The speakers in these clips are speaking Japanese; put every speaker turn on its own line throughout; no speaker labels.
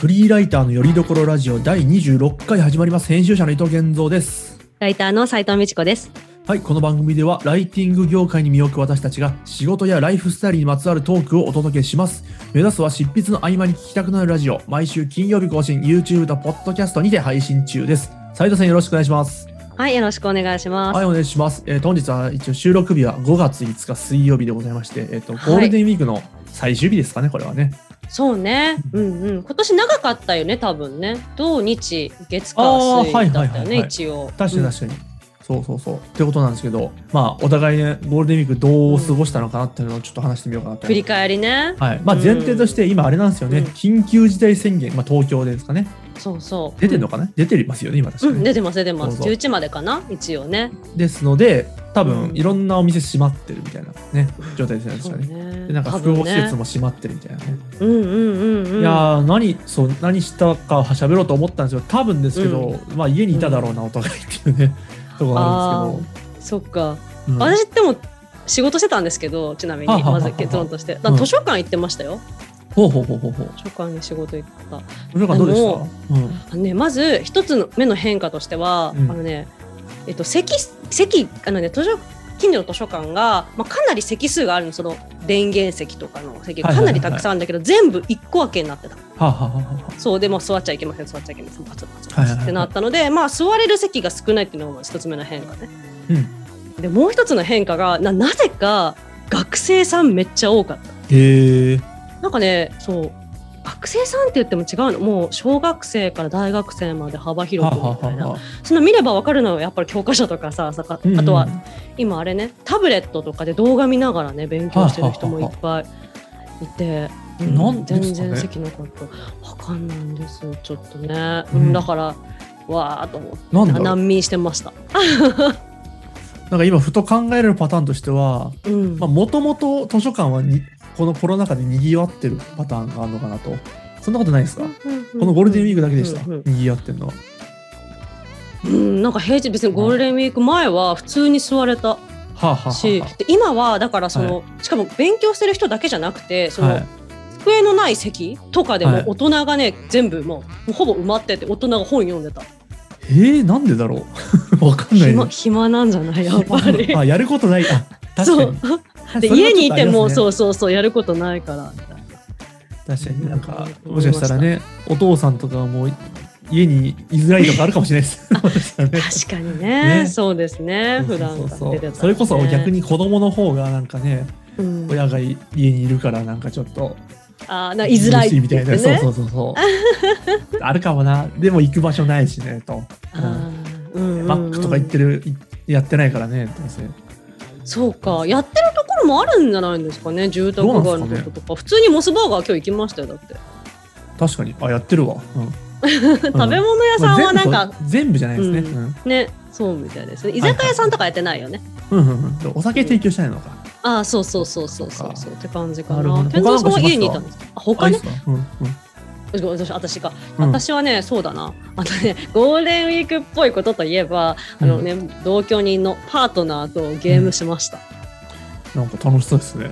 フリーライターのよりどころラジオ第26回始まります編集者の伊藤健三です
ライターの斉藤美智子です。
はいこの番組ではライティング業界に身を置く私たちが仕事やライフスタイルにまつわるトークをお届けします目指すは執筆の合間に聞きたくなるラジオ毎週金曜日更新 YouTube と Podcast にて配信中です斉藤さんよろしくお願いします
はい、よろしくお願いします。
はいお願いします、えー、本日は一応収録日は5月5日水曜日でございましてえっ、と
はい
ゴールデンウィークの最終日ですかねこれはね
そうね、うんうん、今年長かったよね、多分ね。土日月
あ
火
ー
水
はい
だ
はい
っ
はい
た
は
よ
い
ね、一応。
確かに
うん
確かに、そうそうそうってことなんですけどまあお互いねゴールデンウィークどう過ごしたのかなっていうのをちょっと話してみようかなと
振り返りね。
はいまあ、前提として今あれなんですよね、
うん
緊急事態宣言、まあ、東京ですかね
そうそう。
出てるのかな、出てますよね今確か
う
に、
ん、出てます出てま
そう
す。
そう
十一までかな、一応ね。
ですので多
う
分
ん
いろんなお店閉まってるみたいなね状態ですよね確
そう
かね
ね
でなんか
多
複
分
合施設
ね。
も閉まってるみたいなね
うんうんうんうん。
いやー何そう何したか喋ろうと思ったんですよ多分ですけど、まあ、家にいただろうなお互いっていうね、ところがあるんです
そっか。
けど、うん
私でも仕事してたんですけど、ちなみ
はあ
に
はあは
ま
あ
ず結論として、だから
うん
図書館行ってましたよ。
ほうほうほうほうほう
図書館に仕事行った。
それがどうでした
あの
うん
あのね、まず一つの目の変化としては、
うん
あのね、えっと席席あのね図書近所の図書館が、まあ、かなり席数があるのその電源席とかの席
はいはいは
がか
い
なりたくさんあるんだけど、全部一個分けになってた
はあ、はあはあは
そうでもう座っちゃいけません座っちゃいけませんバツバツ
はいは
バ
い
ツ
はい
ってなったのでまあ座れる席が少ないっていうのが一つ目の変化ね
あ、うん、
でもう一つの変化がななぜか学生さんめっちゃ多かった
へえ
なんかねそう学生さんって言っても違うのもう小学生から大学生まで幅広
はあ
く
はあ
みたいな
はあはあ
その見ればわかるのはやっぱり教科書とかささかあと
う
は
んうん
今あれねタブレットとかで動画見ながらね勉強してる人もいっぱいいて、うん
なんでです
全
かね
然席なかったわかんないんですよちょっとね、
う
うんん、だからわーっと思って
なんだろう
難民してました、
なんか今ふと考えるパターンとしては
うん
もともと図書館はにこのコロナ禍でにぎわってるパターンがあるのかなとそんなことないですか、このゴールデンウィークだけでした、
うんうん
にぎわってるのは
うんなんか平日別にゴールデンウィーク前は普通に座れた
はあ、はあはあ
し、で今はだからその、しかも勉強してる人だけじゃなくてその、
はい、
机のない席とかで
はい
も大人がね、全部もうもうほぼ埋まってて大人が本読んでた
えー、なんでだろう わかんない
暇暇なんじゃ ないやっぱり
あやることないあ確か
そう
に
で家にいても
う
そうそうそうやることないからみ たい
確かになんか
うん
もしかしたらねお父さんとかはもう家にいづらいとかあるかもしれないですもしか したらね
な確かにね
ね
そうですね
そ
普
う
段
そう
から
そう
出てたらね、
それこそ逆に子供の方がなんかね、
うん、
親がい家にいるからなんかちょっと
あーなんか居づらいって
みたい
言っ
な、
てね
そうそうそうそう あるかもなでも行く場所ないしねと、
あーうんう
う
んうんん
マックとか行ってるいやってないからねどうせ
そうかやってるところもあるんじゃないんですかね住宅
どう
街
な
の
んですかね
とことか普通にモスバーガー今日行きましたよだって、
確かにあやってるわ、 うん
食べ物屋さんはなんか、
まあ全部そう全部じゃないですね、
う
うん
ねそうみたいですね居酒屋さんとかやってないよね、
うんうんうんお酒提供したいのか、
ああそうそうそうそうそうそうって感じか
なるほ
な
ど。
天蔵さん
他
は
なんかしました
家にいたんですか。あ
あ
他
いい
ね
っす。かうんうん
私私か。
うん
私はねそうだな。あとねゴールデンウィークっぽいことといえばあのね同居人のパートナーとゲームしました。
なんか楽しそうですね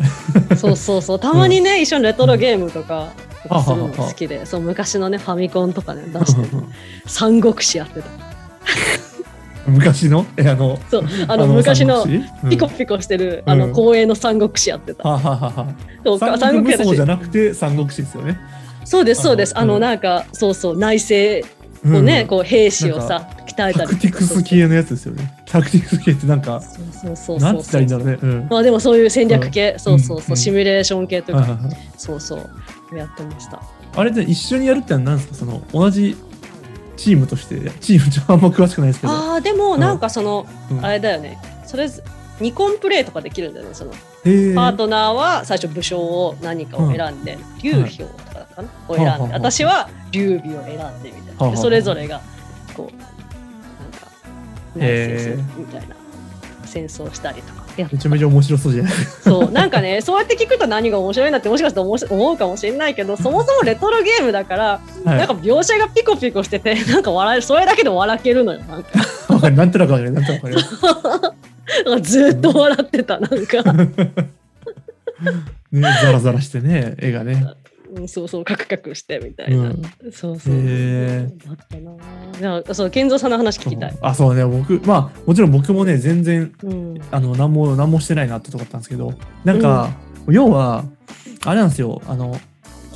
そうそうそう。たまにね一緒にレトロゲームとか。
うん
するの好きで、そう昔のねファミコンとかね出して
うんうん
三国志やってた。
昔のえあの
そうあの昔の
三国志うん
ピコピコしてるあ
うん
の公営の三国志やってた。
はあはあはあはあ
そう
三
三
国
国
無
志や
双じゃ
って
なくて三国志ですよね。
そうですそうです。
あ
あ
の
のなんかそうそう内政
う
こうね、
ん
こう兵士をさ鍛えた
タ
り
クティクス系のやつですよね。タクティクス系ってなんか、
そうそうそう
な
そ
ん
う
つったらいいんだろうね。うん。
まあでもそういう戦略系、そうそう
うん
そうシミュレーション系という
はい
か、
はいはい
そうそうやってました
あれで一緒にやるってのは何ですかその同じチームとして、チームちょあんま詳しくないですけど。
あーでもなんかその、
うん
あれだよねそれぞ二コンプレイとかできるんだよねその
へー
パートナーは最初武将を何かを選んで、劉氷とかだったかな、を選んで、
はあはあ
私は劉備を選んでみたいな、
はあはあ
でそれぞれがこうなんか
へ
内
ー
戦するみたいな戦争したりとかやっ
めちゃめちゃ面白そうじゃないですか。
そうなんかね そうやって聞くと何が面白いなってもしかしたら思う思うかもしれな いけどそもそもレトロゲームだから、
はい
なんか描写がピコピコしててなんか笑えるそれだけで笑けるのよなんか
わかるなんとなくわかる。なんとなくわかる。
なんかずっと笑ってたなんか、
ね、ザラザラしてね、絵がね。
うん、そうそうカクカクしてみた
う
いな、
ん、
そうそう、
へえ
だったなじゃあそう健三さんの話聞きたい、
あそうね僕まあもちろん僕もね全然
うん、
あの何も何もしてないなってとこだったんですけどなんか、要はあれなんですよあの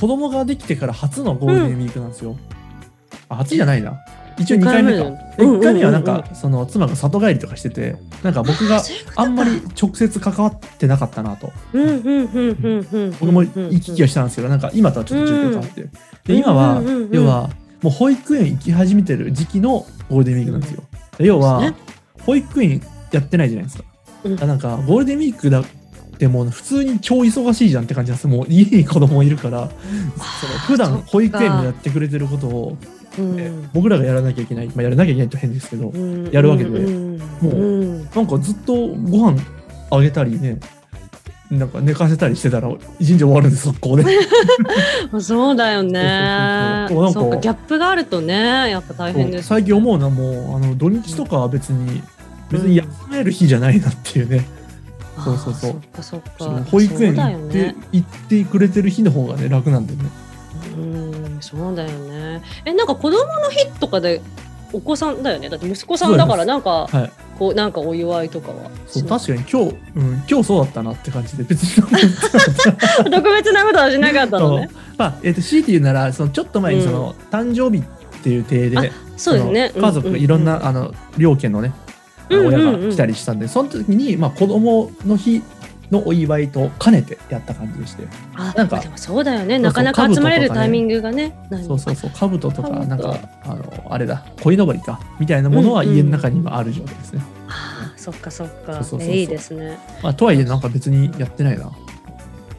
子供ができてから初のゴールデンウィークなんですよ、あ初じゃないな一応2回目か
二回目だよ
で
うんうんうんうん
1回目はなんかその妻が里帰りとかしててなんか僕が
そういうこと
あんまり直接関わってなかったなと
うんうんうんうんうん
僕も行き来はしたんですけどなんか今とはちょっと状況変わってで今は
うんうんうんうん
要はもう保育園行き始めてる時期のゴールデンウィークなんですよで要
そう
は
で
保育園やってないじゃないですか
うん
だからなんかゴールデンウィークだってもう普通に超忙しいじゃんって感じなんですもう家に子供いるからその普段保育園でやってくれてることをえ僕らがやらなきゃいけないまあやらなきゃいけないと変ですけど
うん
やるわけで
うん
もう
うん
なんかずっとご飯あげたりねなんか寝かせたりしてたら一日終わるんです速攻で
あそうだよね
そうそうそう
そう
なんか
かギャップがあるとねやっぱ大変です
最近思うのはもうあの土日とかは別に、別に休める日じゃないなっていうね、そうそうそう
あーそっか
そ
そっ
の
か
保育園
そうだ
行
よ
って,、
ね
行ってくれてる日の方がね楽なんでね
うんそうだよねえなんか子供の日とかでお子さんだよねだって息子さんだからなんか
はい
こうなんかお祝いとかは
そう確かに今日、うん、今日そうだったなって感じで別に何も言ってなかった
特別なことはしなかっ たのね
まあ、えっと強いて言うならそのちょっと前にその、誕生日っていう体で
そうですね
その家族いろんな、あの両家のね、
うんうんうん
親が来たりしたんでその時に、まあ、子供の日のお祝いと兼ねてやった感じでして
あ
なんか
でもそうだよね
う
なかなか集まれ
兜
る
とかね
タイミングがねない
そうそうそう、兜とか、
兜
なんか、あの、あれだ、鯉のぼりか、みたいなものは
うんうん
家の中にはある状態ですね。
あーそっかそっ
そう
か
そうそうそう
えいいですね
まあ、とはいえ、なんか別にやってないな。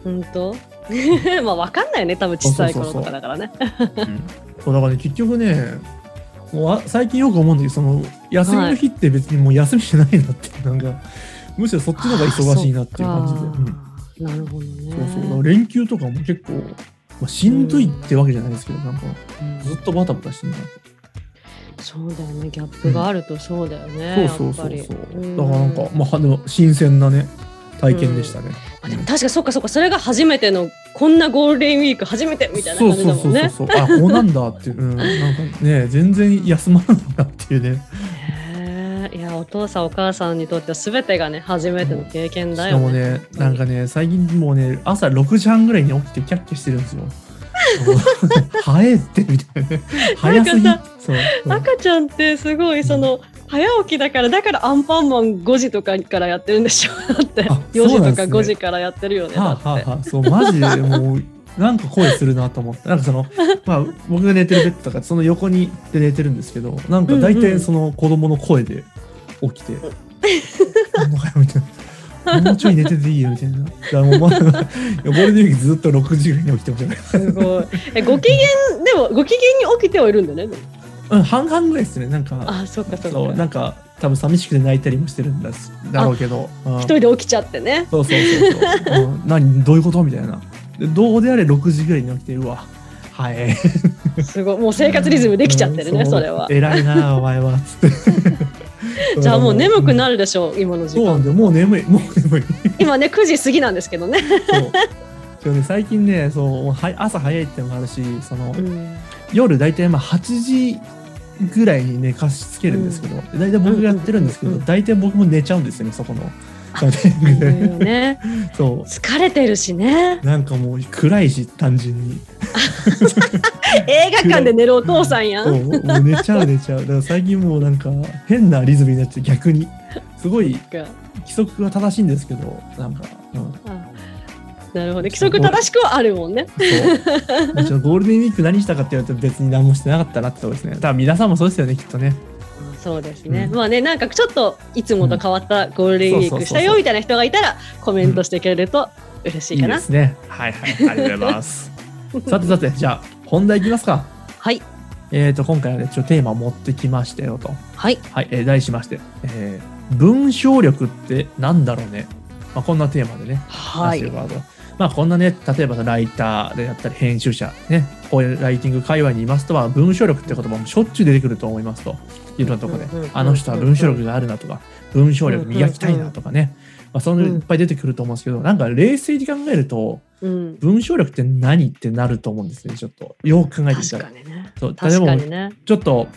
本当 まあわかんないよね多分小さい頃とかだからね
そう、だからね、結局ね、もうあ最近よく思うんだけど、その、休みの日って別にもう休みじゃないなって、なん か、むしろそっちの方が忙しいなっていう感じで。うん
じでなるほどね
そうそう、だから連休とかも結構、まあ、しんどいってわけじゃないですけど、なんか、
うん
ずっとバタバタしてるな。
そうだよねギャップがあるとそうだよ
そう
ね
そう
や
そ
っぱ
う
り
そう。
うん
だからなんか、まあ、でも、新鮮なね、体験でしたね。
あでも確かにそっかそっかそれが初めてのこんなゴールデンウィーク初めてみたいな
そう
感じ
そう
だも
そ
ん
う
ね
そうあこうなんだっていう、うん、なんかね全然休まらないなっていうね
へえいやお父さんお母さんにとっては全てがね初めての経験
し
だ
か
よ
も
ね
ねなんかね最近もうね朝6時半ぐらいに起きてキャッキャしてるんですよもう 早えってみたいなね早すぎ
なんか
そうそう
赤ちゃんってすごいその早起きだからだからアンパンマン5時とかからやってるんでしょだって
あ
4時
そうなんです
とか
ね
5時からやってるよねだ
は
って、
あはあはあそうマジでもうなんか声するなと思ってなんかそ の、まあ、僕が寝てるベッドとかその横にで寝てるんですけどなんか大
うんう
体
ん
その子供の声で起きて「なんだよ」みたいな。もうちょい寝てていいよみたいな。だからもうまあいやゴールデンウィークずっと6時ぐらいに起きてましたね。
すごいえご機嫌でもご機嫌に起きてはいるんだねでも
うん、半々ぐらいですね。なんか、
あそっかそっか
そう、なんか、多分寂しくて泣いたりもしてるんだしだろうけど。うん
一人で起きちゃってね
そうそうそうそう。うん何、どういうことみたいな。でどうであれ6時ぐらいに起きて、うわ、はい。
すごいもう生活リズムできちゃってるね、
うん
それは
偉いなお 前はつって
じゃあもう眠くな
る
るでしょう今の時
そうなん
間
だよもう眠いもう眠い
今ね9時過ぎなんですけどね、
そうそうね最近ねそうは朝早いってのもあるしその、
うん、
夜大体まあ8時ぐらいに寝かしつけるんですけど、だい大体僕がやってるんですけど、
うんうんうん
大体僕も寝ちゃうんですよねそこの
あ
タイミングで
ね
そ
疲れてるしね
うなんかもう暗いし単純に
映画館で寝るお父さんや
そうんもう寝ちゃう寝ちゃうだから最近もうなんか変なリズムになって逆にすごい規則は正しいんですけどなんか、うん、
あなるほど規則正しくはあるもんね
そう。 もちろんゴールデンウィーク何したかって言われると別に何もしてなかったなってとこですね。多分皆さんもそうですよね、きっとね。
そうですね、
うん
まあねなんかちょっといつもと変わったゴールデンウィークした
そうそうそうそ
よ
う
みたいな人がいたらコメントしてくれると嬉しいかな
ですね。はいはい、ありがとうござい ます。さてさて、じゃあ本題いきますか。
はい
えっ、と、今回はね、ちょっとテーマを持ってきましたよと。
はい
はい、えー題しまして、えー文章力ってなんだろうね。まあ、こんなテーマでね、
は
話して
い
るワードまあこんなね、例えばライターであったり編集者、ね、こういうライティング界隈にいますとは、文章力って言葉もしょっちゅう出てくると思いますと、いろんなところ
うんうんうんう
で
ん、
あの人は文章力があるなとか、文章力磨きたいなとかね、まあ、そういうのいっぱい出てくると思うんですけど、なんか冷静に考えると、
うん、
文章力って何ってなると思うんですねちょっとよく考えてみ
確
たら
かにね
そう例え
確
ば
かにね
ちょっと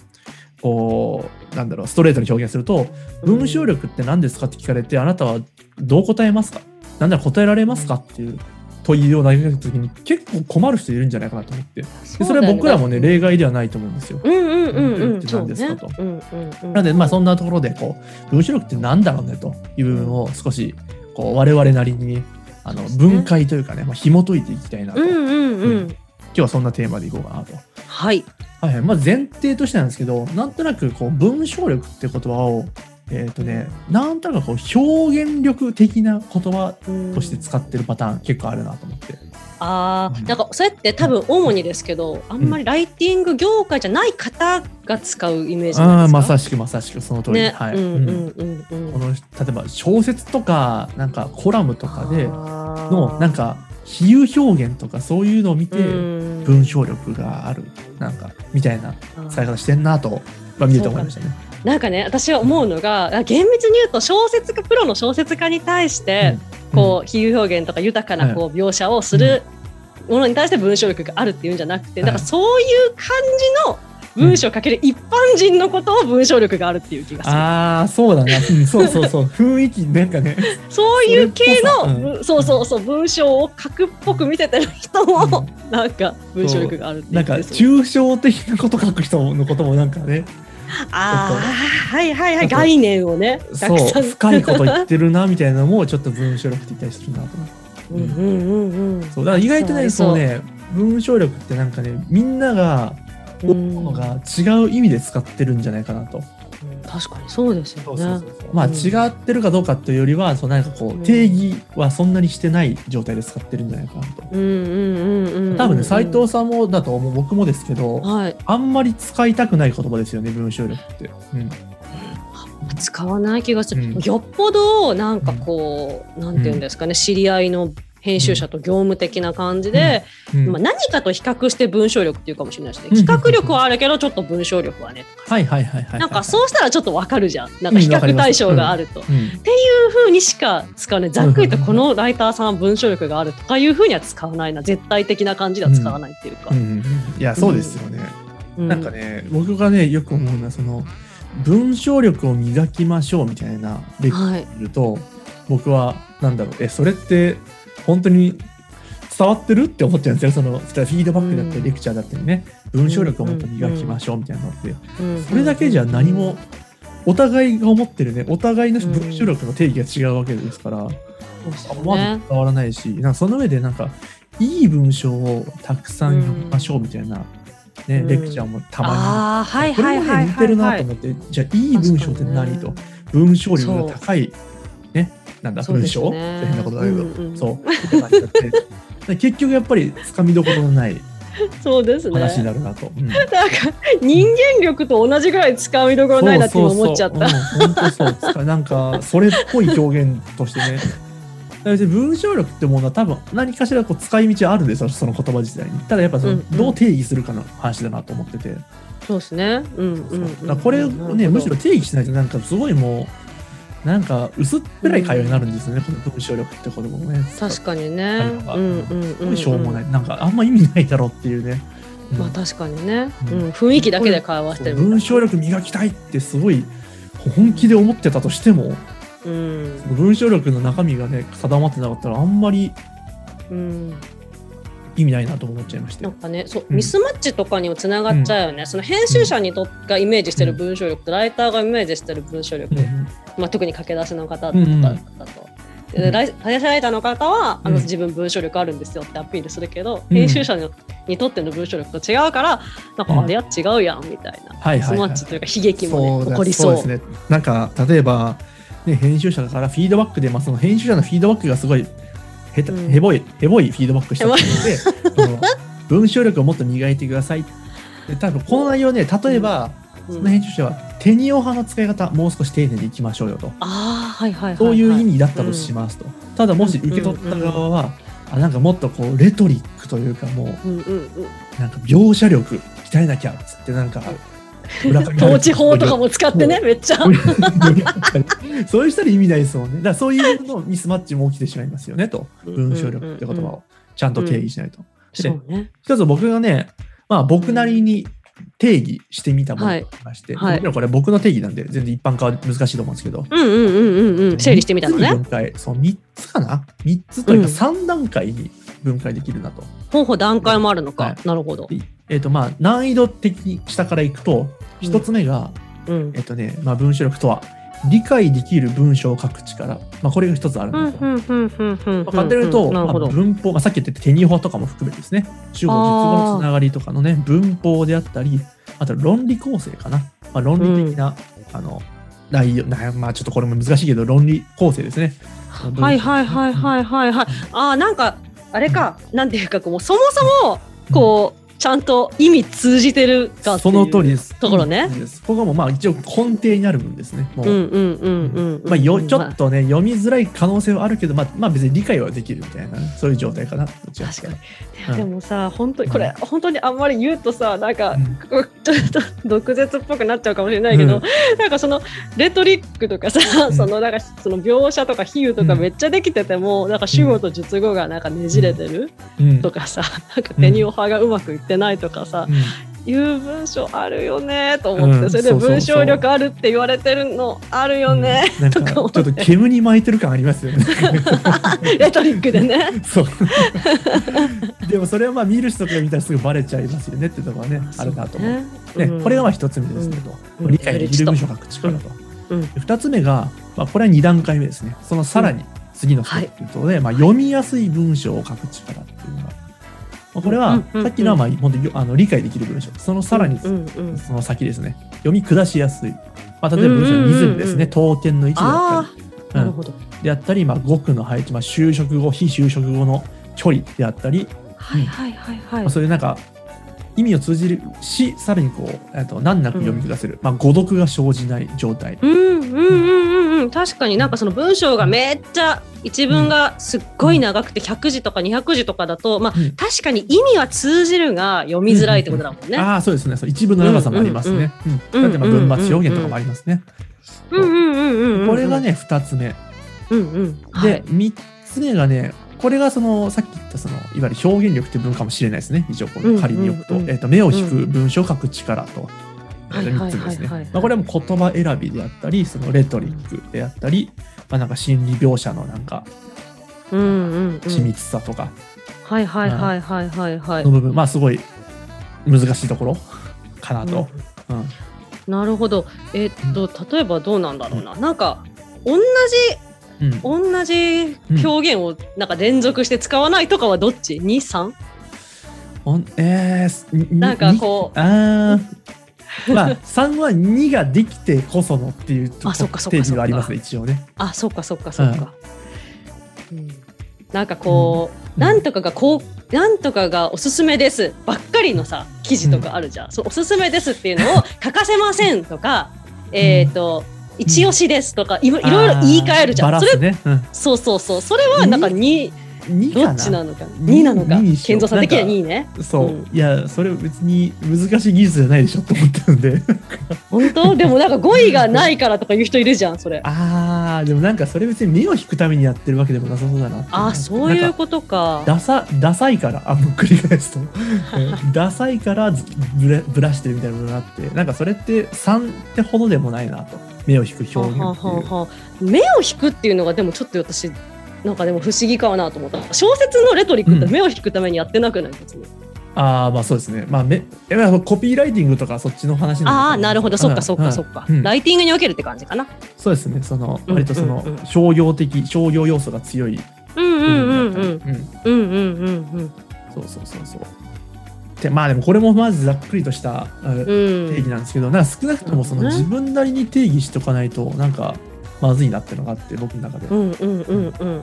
こうなんだろうストレートに表現すると文章力って何ですかって聞かれてあなたはどう答えますかなんなら答えられますかっていう問いを投げかけた時に結構困る人いるんじゃないかなと思ってでそれは僕らもね例外ではないと思うんですよ。
うんうんうんうん
って
そう
何で
ね
すかと
うんうんうん
なのでまあそんなところでこう文章力って何だろうねという部分を少しこう我々なりにあの
そうですね
分解というかね、まあ、紐解いていきたいなと、
うん
今
うんう
うん
ん
日はそんなテーマでいこうかなと。
はい
はいはいまあ、前提としてなんですけどなんとなくこう文章力って言葉をえっ、とねなんとなくこう表現力的な言葉として使ってるパターン結構あるなと思って。
あ
うん
ーなんかそれって多分主にですけどあんまりライティング業界じゃない方が使うイメージ
あ
な
あ
ん
ーま
ですか
さしくまさしくその通り、
ね
はい、
うん
うん
うんうんう
こ
ん
の例えば小説とかなんかコラムとかでの
の
なんか比喩表現とかそういうのを見て文
文
章力があるなんかみたいな使い方してんなと、まあ、見えて思いましたね。
なんかね私は思うのがあ厳密に言うと小説家プロの小説家に対して、こう比喩表現とか豊かなこう描写をするものに対して文章力があるっていうんじゃなくて、
はい
なんかそういう感じの文章を書ける一般人のことを文章力があるっていう気がする、
ああそうだな、うんそうそうそう雰囲気なんかね
そういう系
それっぽ
の、
さうん
そうそうそう文章を書くっぽく見せてる人も、なんか文章力があるっていう
なんか
そう
抽象的なこと書く人のこともなんか ね
あーはいはいは
ないんか
概念をねた
そ
く
う
さん
深いこと言ってるなみたいなのもちょっと文章力って言ったりするなと思って
うんうんうんうん
そうだから意外とね
そう
そうね文章力ってなんかねみんなが思うのが違う意味で使ってるんじゃないかなと。
確かにそうですよね。
まあ
うん
違ってるかどうかというよりはそうなんかこ
うん
う定義はそんなにしてない状態で使ってるんじゃないかなと。
うんうんうんうんうん。
多分ね斉藤さんもだと思う僕もですけど
はい。
あんまり使いたくない言葉ですよね文章力って。うん
使わない気がする。
うん
よっぽどなんかこう、なんていうんですかね、知り合いの編集者と業務的な感じで、
うん
まあ何かと比較して文章力っていうかもしれないですね。
うん
企画力はあるけどちょっと文章力はね。
はいはいはいはい。
なんかそうしたらちょっとわかるじゃん。なんか比較対象があると。
う。うん、
そういうふうにしか使わない。ざっくりとこのライターさんは文章力があるとかいうふうには使わないな。絶対的な感じでは使わないっていうか。
うん、いやそうですよね。
う
なんかね僕がねよく思うのはその文章力を磨きましょうみたいなレクチャ
はい。
ーを見ると僕はなんだろうえそれって本当に伝わってるって思っちゃうんですよそのフィードバックだった
うん
りレクチャーだったりね、文章力をもっと磨きましょうみたいなのって
そ
それだけじゃ何もお互いが思ってるねお互いの文章力の定義が違うわけですから。まず
ね
伝わらないし、なんかその上でなんかいい文章をたくさん読みましょうみたいな、ね
うん
レクチャーもたま
ああは
に、
い
こ
はい
れも
は
ね
い
似
は
て
い
るな
は
と
い
思って、じゃあいい文章って何と文章力が高い、ね、なんだ
そう
文
です
章
ね
って変なことだけど、
うんうん
そうって感じになってだから結局やっぱりつかみどころのない
そうですね
話になるなと。うん
なんか人間力と同じぐらい使うどころないなって今思っちゃった
そうそうそううん本当そう。なんか、それっぽい表現としてね。だから文章力ってものは多分何かしらこう使い道はあるんですよ、その言葉自体に。ただやっぱその、
うんうん
どう定義するかの話だなと思ってて。
そうですねうん
そう
う
そうんだ
う
か
ん
らこれをね、むしろ
なる
定義しないとなんかすごいもう、なんか薄っぺらい会話になるんですよね、この文章力って言葉もね。
ほど確かに
あ
ね
るのが
うんうんうん
すごいしょうもないい。なんかあんま意味ないだろうっていうね。うん
まあ確かにね
う
うんん雰囲気だけで会話してる
そう文章力磨きたいってすごい本気で思ってたとしても、
うん
文章力の中身がね定まってなかったらあんまり
うん
意味ないなと思っちゃいました
なん
よ。
かねそう
うん
ミスマッチとかにもつながっちゃうよねその編集者にとっがイメージしてる文章力とライターがイメージしてる文章力まあ、特に駆け出しの方とかだと。
うん
でライ林ライターの方は、
う
あの
ん
自分文章力あるんですよってアピールするけど、
うん
編集者ににとっての文章力と違うからなん
うん
かあれは違うやんみたいな、
はいはい
スマ
はい
ッチというか悲劇も、
そう
ね起
だ
こりそう
そうですね。なんか例えば、ね、編集者からフィードバックで、まあ、その編集者のフィードバックがすごいへた、
うん
へぼいへぼいフィードバックしたと思うのでその文章力をもっと磨いてください。で多分この内容ね例えば、
うん
その編集者はテニオ派の使い方もう少し丁寧にいきましょうよと。
ああはいはいはい、はい、
そういう意味だったとしますと、ただもし受け取った側は、あなんかもっとこうレトリックというかも
うんうんうん
うなんか描写力鍛えなきゃっつってなんか村上
統治法とかも使ってねめっちゃ
村上春樹そういう人に意味ないですもんねだからそういうのミスマッチも起きてしまいますよねと文章力って言葉を、ちゃんと定義しないと。
そ
で
うね。
一つ僕がね、まあ、僕なりに定義してみたものがありまして、
はいはい
もちろんこれ僕の定義なんで全然一般化は難しいと思うんですけど、
うんうんうんうんうん。整理してみたの
3つ
ね。
に分解そう3つかな3つという
う
か
ん
3段階に分解できるなと。
ほうほう段階もあるのか。
はい
なるほど。
でえっとまあ、難易度的に下からいくと
うん
1つ目が、
うん
え。っとねまあ、文章力とは理解できる文章を書く力、まあ、これが1つあるん
うんう
ですよ。
んうんうん
ま
うん。
あ簡単に言うと、
な
ま
る
あ、
ほど。
文法、まあ、さっき言ってた手に法とかも含めですね中国
あー
実語のつながりとかのね文法であったりあと論理構成かな、まあ、論理的な、あの内容なまあちょっとこれも難しいけど論理構成ですね。
はいはいはいはいはいはい。ああなんかあれかなんていうかこうそもそもこうちゃんと意味通じてるかってい
そうの通りです。
ところね
そうです。ここもまあ一応根底にある分ですね。もう
うんうんうんうんうん。
まあ、よちょっ
と
とね読みづらい可能性はあるけど、まあ、まあ別に理解はできるみたいなそういう状態かなどっちかっていうとうん
でもさ本当にこれ本当にあんまり言うとさなんか
うん
こうちょっと毒舌っぽくなっちゃうかもしれないけど、
う
なんかそのレトリックとかさ、
ん
そのなんかその描写とか比喩とか
うん
めっちゃできてても、なんか主語と述語がなんかねじれてる
うん
とかさ、なんか手におはがうまくいってないとかさ、
うん
いう文章あるよねと思って、
うん
それで
そうそうそう
文章力あるって言われてるのあるよね、
うんなんか
とか
ちょ
思
っ
って
と煙に巻いてる感ありますよね。
レトリックでね。
そうでもそれはまあ見る人が見たらすぐバレちゃいますよねってところはね あるなと思う。
ね
ね
うん
これがまあ一つ目ですけど、
うん
理解できる文章を書く力と。
うんうん
で二つ目が、まあ、これは二段階目ですね。そのさらに次のステップということで、まあ、読みやすい文章を書く力っていうのが、まあ、これ
うん
は
うん
さっきのはまあ本当によあの理解できる文章そのさらに
うんうん
その先ですね読み下しやすい、まあ、例えば文章のリズムですね、
うんうんうん
刀剣の位置だったり
あ。あ、なるほど。
であったり、まあ、語句の配置、まあ、就職後非就職後の距離であったり、
はいはいはいはい。
まあ、そういうなんか意味を通じるしさらにこう、えっと難なく読み下せる、まあ、誤読が生じない状態、
うんうんうんうんうん確かになんかその文章がめっちゃ一文がすっごい長くて100字とか200字とかだとまあ
うん
確かに意味は通じるが読みづらいってことだもんね。
ああそうですねそう一部の長さもありますね、
うんうん
うん例えば文末表現とかもありますね、
うんうんうんうんうん。
これが。ね2つ目で、
うんうん。はい。
3つ目がねこれがそのさっき言ったそのいわゆる表現力っていう分かもしれないですね一応こ
うんうんう
の
ん
仮に置くと,、えっと目を引く文章を書く力と。えっと3つ目ですね
はいはいはいはいはい
まあこれも言葉選びであったりそのレトリックであったり、まあ、なんか心理描写のなんか
うんうんう
緻
ん。
密さとか
はいはいはいはいはいはい
の。部分、まあすごい難しいところかなと。うん
なるほど。えっと例えばどうなんだろうな。なんか同じ
うん
同じ表現をなんか連続して使わないとかはどっち ?23?
ほんえーす、
なんかこう
にあーまあ3は2ができてこそのっていうと
あそっかそっかそっか
定義はありますね一応ね。
あそうかそうかそうか、うんなんかこう、なんとかがこうなんとかがおすすめですばっかりのさ記事とかあるじゃん、そうおすすめですっていうのを欠かせませんとか、えっ、と一押しですとかいろいろいろ言い換えるじゃん、
あー
そ
バランス
れ
ね。うん
そうそうそうそれはなんか2
2
ど
か
っちな
な。
のか
二
2なのか
二にしよ
健
う
三さん的には
なんか
2ね
そう、
うん
いやそれ別に難しい技術じゃないでしょって思ってるんで
本当 でもなんか語彙がないからとかいう人いるじゃんそ れあ
あーでもなんかそれ別に目を引くためにやってるわけでもなさそうだなって
あそうい
なん
う
か
ことか
ダサダサいからあもう繰り返すとうんダサいからずぶれぶらしてるみたいなのがあってなんかそれって3ってほどでもないなと目を引く表現っていう。
はあはあはあ目を引くっていうのがでもちょっと私なんかでも不思議かなと思った小説のレトリックって
うん
目を引くためにやってなくない別に、
ああまあそうですね。まあめえまあコピーライティングとかそっちの話んですけ
ああなるほどそっかそっかそっか、
うん
ライティングにおけるって感じかな
そうですね。その割とその
うんうんうん
商業的商業要素が強い
う
部
んうん
分
う
だっ
んう
たり。
んうんうんうん
うんそうそうそうそう。でまあでもこれもまずざっくりとしたうん
うんう
定義
ん
なんですけど、なんか少なくともその
なるほど
自
ね
分なりに定義しておかないとなんかまずいなってのがあって僕の中で。
うんうんうんうん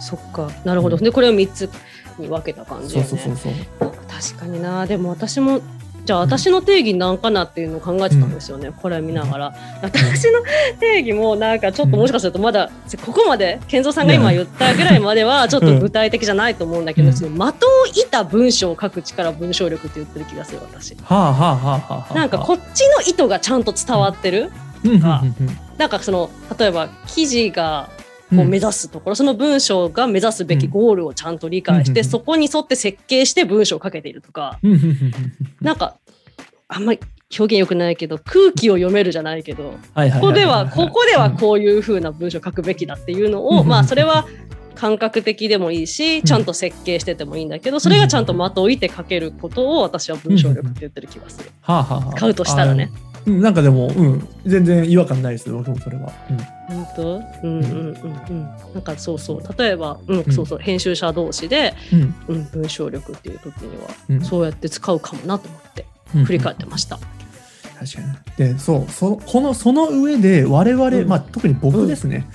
そっかなるほど、
うん
でこれを3つに分けた感じ
そ
よ
う
ね
そうそうそう。
確かになでも私もじゃあ私の定義なんかなっていうのを考えてたんですよね、これを見ながら私の定義もなんかちょっともしかするとまだここまで健三さんが今言ったぐらいまではちょっと具体的じゃないと思うんだけど、
うん
その的を射た文章を書く力文章力って言ってる気がする私
はあはあはあはあ。
なんかこっちの意図がちゃんと伝わってる
うんうんうんうん
なんかその例えば記事がこう目指すところ、その文章が目指すべきゴールをちゃんと理解して、
うん
そこに沿って設計して文章をかけているとか、
うんうんうんうん
なんかあんまり表現良くないけど空気を読めるじゃないけど
はいはい
ここ
いい
で
い
はここではこういう風な文章を書くべきだっていうのを、
うん
まあそれは感覚的でもいいしちゃんと設計しててもいいんだけどそれがちゃんとまといて書けることを私は文章力って言ってる気がする。
はあはあはあ
買うとしたらね
あーうんなんかでも、うん、全然違和感ないです僕もそれは、
本当うんうんうんうんなんかそうそう例えば、う
う
ん
ん
そうそう編集者同士で、
うんうん
うん、文章力っていう時には
うん
そうやって使うかもなと思って
うん
振り返ってました。
確かにでそうそこのその上で我々、
うん
まあ、特に僕ですね、
はい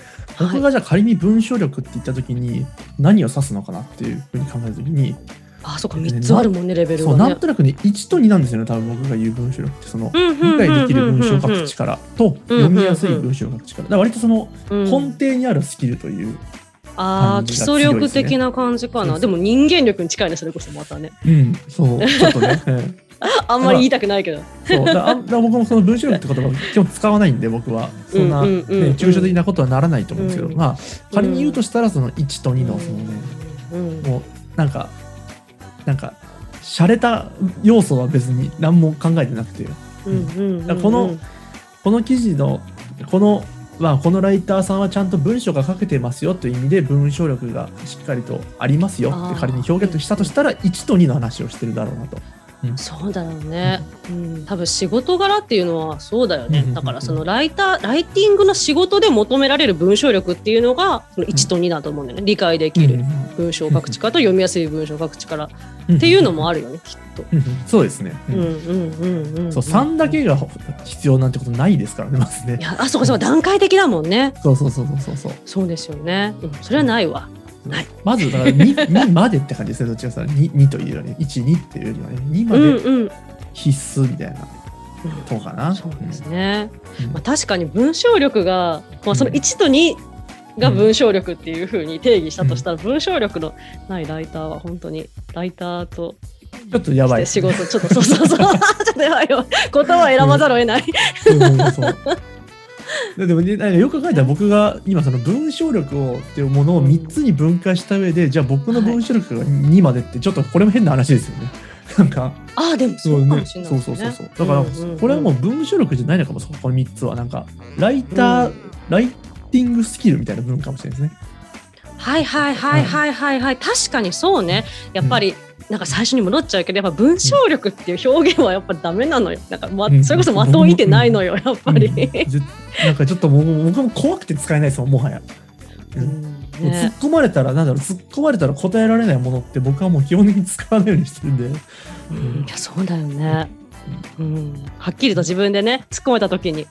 僕がじゃあ仮に文章力って言った時に何を指すのかなっていうふうに考えた時に、
あそっか3つあるもんねレベル
そう
が
な
ね
ん。となくね1と2なんですよね多分僕が言う文章力ってその
理
理解できる文章を書く力と読みやすい文章を書く力だから割とその
うん
根底にあるスキルという、感じが強いですね
ああ基礎力的な感じか
そう
な
そう
でも人間力に近いねそれこそまたね
うん、そうちょっと ね、うん
あんまり言いたくないけど
そうだあだから僕もその文章力って言葉を基本使わないんで僕はそんな、
う
ね
んうんうんうん
抽象的なことはならないと思うんですけど、
うん
まあ仮に言うとしたらその1と2のそのね、
うん
もうなんかなんか洒落た要素は別に何も考えてなくて
うんう
だ
ん
からこのこの記事のこのまあこのライターさんはちゃんと文章が書けてますよという意味で文章力がしっかりとありますよ
あ
っ
ー
て仮に表現したとしたら1と2の話をしてるだろうなと。
そうだろうね、うん、多分仕事柄っていうのはそうだよね、
うんうんうん
だからそのライターライティングの仕事で求められる文章力っていうのがその1と2だと思うんだよね理解できる文章を書く力と読みやすい文章を書く力っ
って
いうのもあるよねきっと。
そうですね。
う
うんん
うんうんうん
そう3だけが必要なんてことないですからねまずね
い。やあそうかそうか段階的だもんね
そうそうそうそうそうそう。
そうですよね、うん、それはないわはい
まずだから 2, 2までって感じですねどっちかさ 2, 2というよりはね12っていうよりはね2ま
うん
で
うん
必須みたいなとこかな。
そうですね、
うん
まあ、確かに文章力が、まあ、その1と2が文章力っていうふうに定義したとしたら、文章力のないライターは本当にライターと
うんちょっとや
し
ばい
て仕事ちょっとそうそ うそうちょっとやばいよ言葉を選ばざるを得ない、
そうそうそうででもね、よく考えたら僕が今その文章力をっていうものを3つに分解した上で、じゃあ僕の文章力が2までってちょっとこれも変な話ですよね。なんか
ああでも
そ
そううかも
ね
しれない
そう
です
そう
ね
そうそうだから
うんうんうん
これはもう文章力じゃないのかもそこの3つはなんかライター、
うん
ライティングスキルみたいな分かもしれないですね。
はいはいはいはいはいはい確かにそうねやっぱり、なんか最初に戻っちゃうけどやっぱ文章力っていう表現はやっぱダメなのよなんか、ま
うん
それこそまといてないのよやっぱり、
うんぜなんかちょっともう僕も怖くて使えないですもんもはや。うんもう突
ね
っ込まれたらなんだろう突っ込まれたら答えられないものって僕はもう基本的に使わないようにしてるんで。
うんいやそうだよね、うん、はっきりと自分でね突っ込めた時に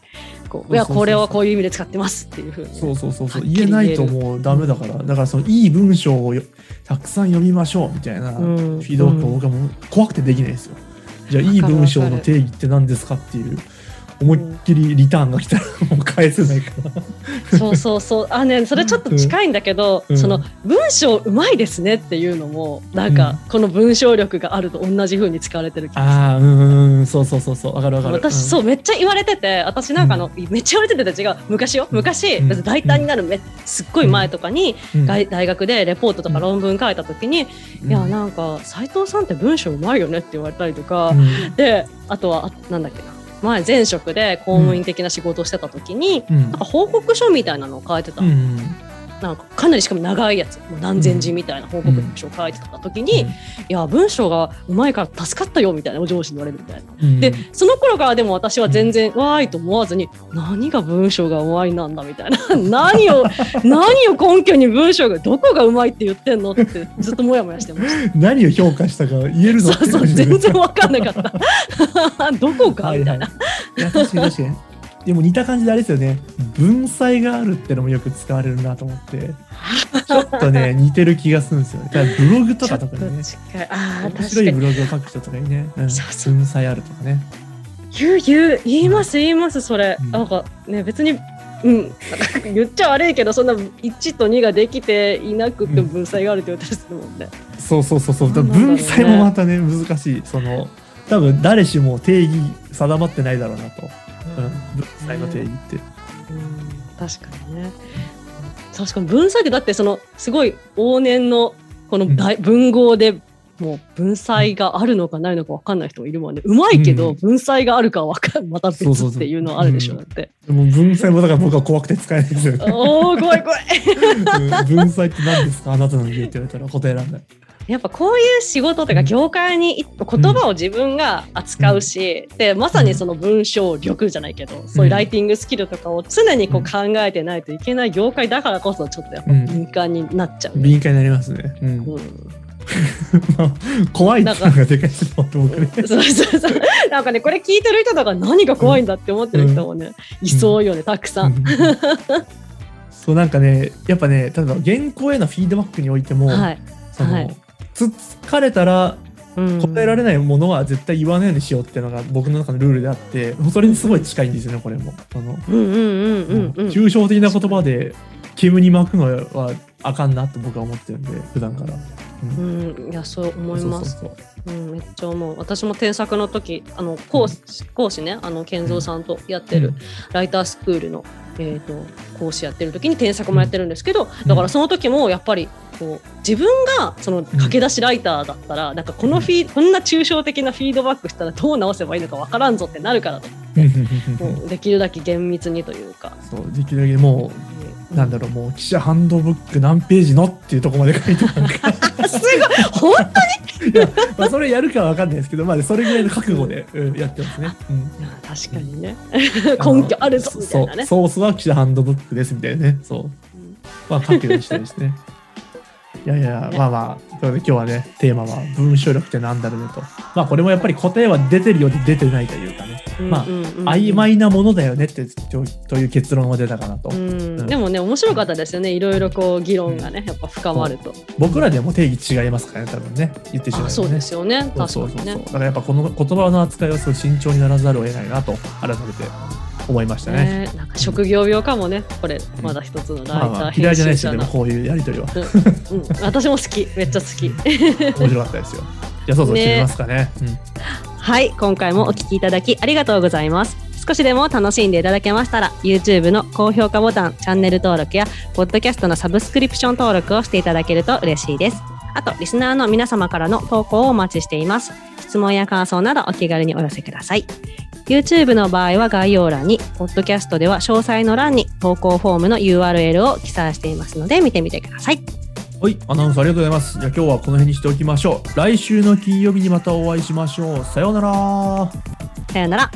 こういや
そうそうそうそう
これはこういう意味で使ってますっていうふうに
そうそうそうそう
はっきり
言えないともうダメだからだからそのいい文章をよたくさん読みましょうみたいなフ
うん
ィードバックを僕はもう怖くてできないですよ、じゃあいい文章の定義って何ですかっていう思いっきりリターンが来たらもう返せないから
そうそうそうあねそれちょっと近いんだけど、
うん
その文章うまいですねっていうのもなんかこの文章力があると同じふうに使われてる気が する
ああうんそうそうそうそうわかるわかる
私
う
そうめっちゃ言われてて私なんかあの、めっちゃ言われてて違う昔よ昔、
うん
別に大体になるめすっごい前とかに、
ん、
大大学でレポートとか論文書いた時に「
うん
いやなんか斎藤さんって文章うまいよね」って言われたりとか、
うん
であとはあなんだっけな前前職で公務員的な仕事をしてた時に、
うん
なんか報告書みたいなのを書いてた、
うん
なんかかなりしかも長いやつもう何千字みたいな報告書を書いてた時に「いや文章がうまいから助かったよ」みたいな上司に言われるみたいな。
うん
でその頃からでも私は全然、わーいと思わずに何が文章がうまいなんだみたいな何を何を根拠に文章がどこがうまいって言ってんのってずっとモヤモヤして まし
何を評価したか言えるの
た
って
そうそう
感じで
全然分かんなかった どこかみたいな、
はいはい、いや確かに確かにでも似た感じであれですよね文才があるってのもよく使われるなと思ってちょっとね似てる気がするんですよねだからブログと
ち
か
ょっと
特
近
にね
いあー
面
確か
白い
に
ブログを書く人とかにね、うん
そうそう
文才あるとかね
言う言う言います言いますそれ、
うん
なんかね別にうん、なんか言っちゃ悪いけどそんな1と2ができていなくても文才があるって言われたりするもんね。
そうそうそうそうだから
なんだろうね
文才もまたね難しいその多分誰しも定義定まってないだろうなと、うん、文才の定義って、
うん確かにね。確かに文才ってだってそのすごい往年のこの大文豪でもう文才があるのかないのか分かんない人もいるもんねうまいけ
う
ど
ん
文才があるかは分かんまた別
そうそうそう
っていうのあるでしょ
うん
だって
でも文才もだから僕は怖くて使えないですよね。
おー怖い怖 い
うん文才って何ですかあなたの家って言われたら答えられない。
やっぱこういう仕事とか業界に言葉を自分が扱うし、でまさにその文章力じゃないけど、そういうライティングスキルとかを常にこう考えてないといけない業界だからこそちょっとやっぱ
うん
敏感になっちゃう、
敏感になりますね。うん
うん
まあ 怖いっていうのがでかいですもんね僕ね。
そうそうそうなんかねこれ聞いてる人とか何が怖いんだって思ってる人もね、いそうよねたくさん、
うんそうなんかねやっぱね例えば原稿へのフィードバックにおいても、
はい、
その、
はい
つつかれたら
うん
答えられないものは絶対言わないようにしようっていうのが僕の中のルールであってそれにすごい近いんですよねこれも。その
うんうんうんうんうん
抽象的な言葉で煙に巻くのはあかんなって僕は思ってるんで普段から。
うん、いやそう思います
そうそう
うん、めっちゃ思う私も添削の時あの講師講師ねあの健三さんとやってる、
うん
ライタースクールの、えー、と講師やってる時に添削もやってるんですけど、だからその時もやっぱりこう自分がその駆け出しライターだったら、なんかこのフィーこんな抽象的なフィードバックしたらどう直せばいいのかわからんぞってなるからと、
そう
もうできるだけ厳密にというか。
そうできるだけもう、なんだろうもう記者ハンドブック何ページのっていうところまで書いてなんか
あすごい本当
まあそれやるかは分かんないですけど、まあ、それぐらいの覚悟で、うんやってますね。うん
確かにね 根拠あるぞみたいなね
そうソースは記者ハンドブックですみたいなねそう
うん
まあ書くようにしたいですね いやいやまあまあということで今日はねテーマは文章力ってなんだろうねとまあこれもやっぱり答えは出てるようで出てないというかねまあ
うんうんうん
曖昧なものだよねってとという結論が出たかなと、
うん、でもね面白かったですよねいろいろこう議論がねやっぱ深まると、
僕らでも定義違いますからね多分ね言ってしま
あ
う
そう
ね
ですよね
そう
確か
そうそう
に
そう
ね
だからやっぱこの言葉の扱いはすごい慎重にならざるを得ないなと改めて思いましたね。
ねなんか職業病かもねこれまだ一つのライ
まあ
タ
ま
ー
あ嫌
編
いじゃないで
集
すよで
者の
もこういうやりとりは
うん、私も好きめっちゃ好き
面白かった ですよ。じゃあそうそう
ね
決めますかね。うん
はい今回もお聞きいただきありがとうございます少しでも楽しんでいただけましたら YouTube の高評価ボタンチャンネル登録やポッドキャストのサブスクリプション登録をしていただけると嬉しいですあとリスナーの皆様からの投稿をお待ちしています質問や感想などお気軽にお寄せください YouTube の場合は概要欄に、ポッドキャストでは詳細の欄に投稿フォームの URL を記載していますので見てみてください。
はい、アナウンスありがとうございます。じゃあ今日はこの辺にしておきましょう。来週の金曜日にまたお会いしましょう。さようなら。
さよなら。